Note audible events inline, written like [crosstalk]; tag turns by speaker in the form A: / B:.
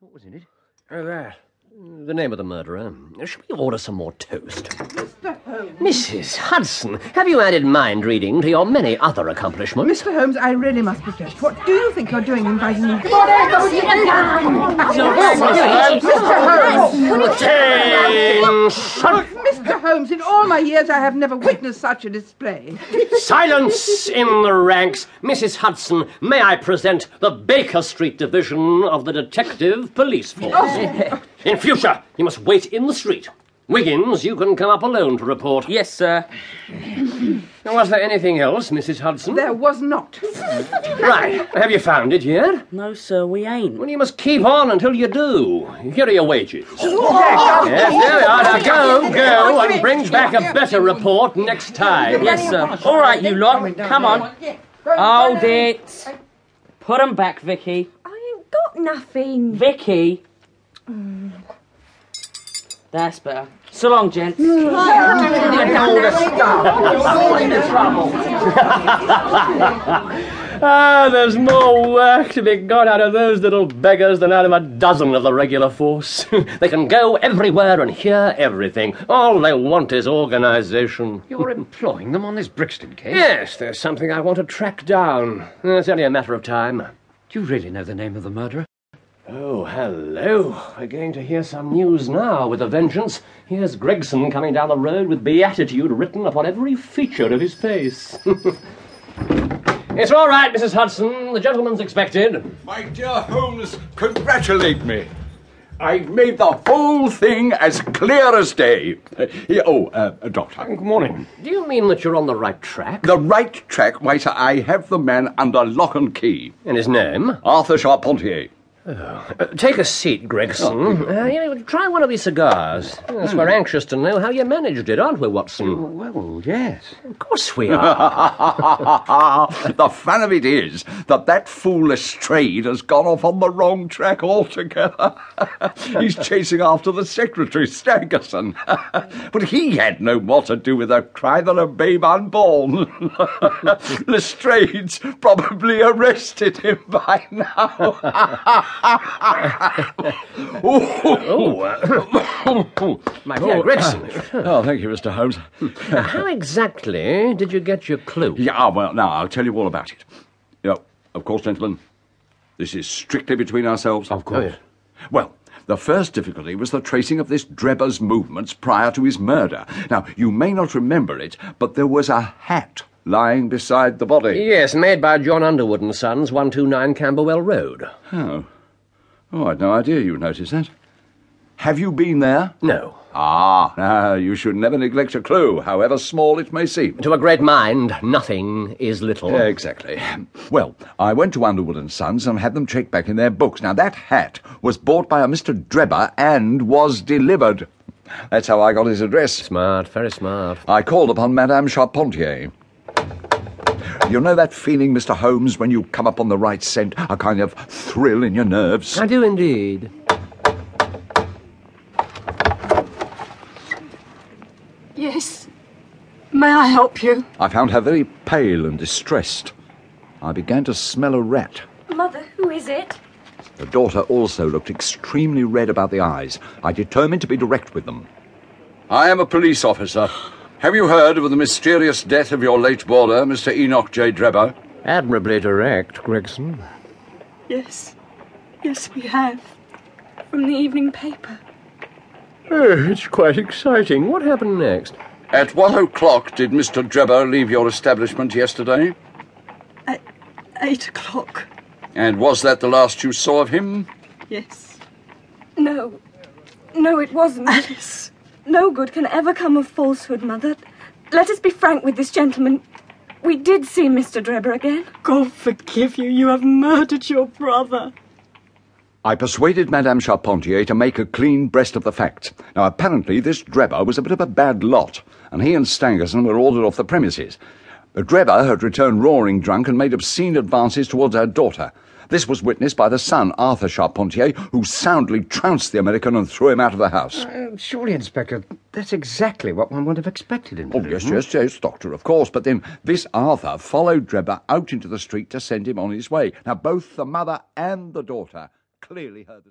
A: What was in it? Oh, that. The name of the murderer. Shall we order some more toast?
B: Mr. Holmes.
A: Mrs. Hudson, have you added mind reading to your many other accomplishments?
B: Mr. Holmes, I really must protest. What do you think you're doing inviting me? Mr. Holmes! Mr. Holmes, in all my years I have never witnessed such a display.
A: Silence in the ranks. Mrs. Hudson, may I present the Baker Street Division of the Detective Police
B: Oh.
A: Force? In future, you must wait in the street. Wiggins, you can come up alone to report.
C: Yes, sir.
A: Was there anything else, Mrs. Hudson?
B: There was not.
A: Right. Have you found it yet?
C: No, sir, we ain't.
A: Well, you must keep on until you do. Here are your wages.
C: Oh,
A: Yes, there we are. Now go, go,
C: oh,
A: and bring back a better report next time.
C: Yes, sir. All right, you lot. Come on. Hold it. Put 'em back, Vicky.
D: I ain't got nothing.
C: Vicky. That's better. So long, gents.
A: Ah, there's more work to be got out of those little beggars than out of a dozen of the regular force. [laughs] they can go everywhere and hear everything. All they want is organisation.
E: You're employing them on this Brixton case?
A: Yes, there's something I want to track down. It's only a matter of time.
E: Do you really know the name of the murderer?
A: Oh, hello. We're going to hear some news now with a vengeance. Here's Gregson coming down the road with beatitude written upon every feature of his face. [laughs] it's all right, Mrs. Hudson. The gentleman's expected.
F: My dear Holmes, congratulate me. I made the whole thing as clear as day. Here- Oh, uh, Doctor.
A: morning. Do you mean that you're on the right track?
F: The right track, why, sir, I have the man under lock and key.
A: And his name?
F: Arthur Charpentier.
A: Take a seat, Gregson.
F: Oh.
A: Uh, you know, try one of these cigars. Yes, We're anxious to know how you managed it, aren't we, Watson?
E: Well, yes.
A: Of course we are. [laughs]
F: the fun of it is that that fool Lestrade has gone off on the wrong track altogether. [laughs] He's chasing after the secretary, Stankerson. [laughs] but he had no more to do with a cry than a babe unborn. [laughs] Lestrade's probably arrested him by now. [laughs]
A: My dear [laughs] Gregson,
F: oh, thank you, Mr. [laughs] Holmes.
A: how exactly did you get your clue?
F: Yeah, ah, well, now I'll tell you all about it. You know, of course, gentlemen, this is strictly between ourselves. Of
A: course. Oh, yes.
F: Well, the first difficulty was the tracing of this Drebber's movements prior to his murder. Now, you may not remember it, but there was a hat lying beside the body.
A: Yes, made by John Underwood and Sons, 129 Camberwell Road.
F: Oh. Oh, I'd no idea you noticed that. Have you been there?
A: No.
F: Ah, now you should never neglect a clue, however small it may seem.
A: To a great mind, nothing is little.
F: Yeah, Uh, Exactly. Well, I went to Underwood and Sons and had them check back in their books. Now that hat was bought by a Mr. Drebber and was delivered. That's how I got his address.
A: Smart, very smart.
F: I called upon Madame Charpentier. You know that feeling, Mr. Holmes, when you come upon the right scent, a kind of thrill in your nerves.
A: I do indeed.
G: Yes. May I help you?
F: I found her very pale and distressed. I began to smell a rat.
D: Mother, who is it?
F: The daughter also looked extremely red about the eyes. I determined to be direct with them. I am a police officer. Have you heard of the mysterious death of your late boarder, Mr. Enoch J. Drebber?
A: Admirably direct, Gregson.
G: Yes. Yes, we have. From the evening paper.
A: Oh, it's quite exciting. What happened next?
F: At what o'clock did Mr. Drebber leave your establishment yesterday?
G: At eight o'clock.
F: And was that the last you saw of him?
G: Yes.
D: No. No, it wasn't.
G: Alice.
D: No good can ever come of falsehood, Mother. Let us be frank with this gentleman. We did see Mr. Drebber again.
G: God forgive you. You have murdered your brother.
F: I persuaded Madame Charpentier to make a clean breast of the facts. Now, apparently, this Drebber was a bit of a bad lot, and he and Stangerson were ordered off the premises. Drebber had returned roaring drunk and made obscene advances towards her daughter. This was witnessed by the son, Arthur Charpentier, who soundly trounced the American and threw him out of the house.
E: Uh, surely, Inspector, that's exactly what one would have expected him to
F: Oh,
E: do.
F: yes, yes, yes, doctor, of course. But then this Arthur followed Drebber out into the street to send him on his way. Now, both the mother and the daughter clearly heard the.